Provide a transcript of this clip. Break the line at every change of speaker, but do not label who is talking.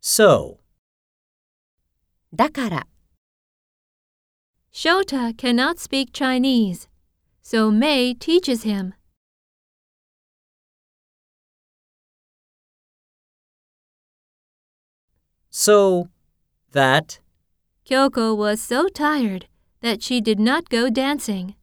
So,
だから、
Shota cannot speak Chinese, so May teaches him.
so, that,
Kyoko was so tired that she did not go dancing.